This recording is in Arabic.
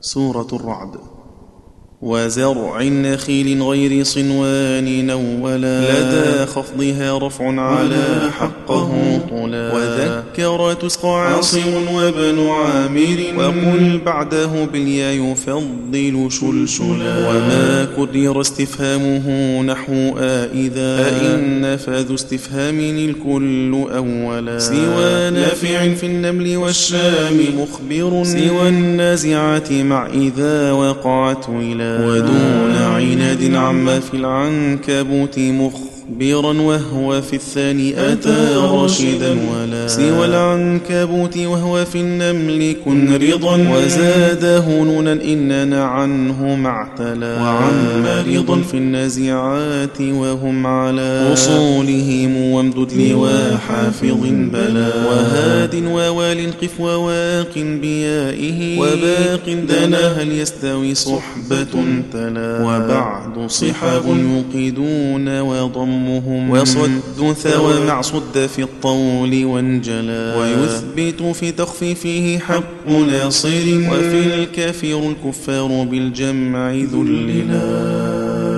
سورة الرعد وزرع نخيل غير صنوان ولا لدى خفضها رفع على حقه طلا وذكر تسقى عاصم وابن عامر وقل بعده باليا يفضل شلشلا وما كدر استفهامه نحو آئذا أئن فذو استفهام الكل أولا سوى نافع في النمل والشام مخبر سوى النازعات مع إذا وقعت ويلا ودون عناد عما في العنكبوت مخبرا وهو في الثاني أتى رشدا ولا سوى العنكبوت وهو في النمل كن رضا وزاده نونا إننا عنه معتلا وعن مريض في النازعات وهم على أصولهم وامدد لي وحافظ بلا وهاد ووال قف وواق بيائه وباق دنا هل يستوي صحبة تلا وبعد صحاب يوقدون وضمهم وصد ثوى مع صد في الطول وانجلا ويثبت في تخفيفه حق ناصر وفي الكافر الكفار بالجمع ذللا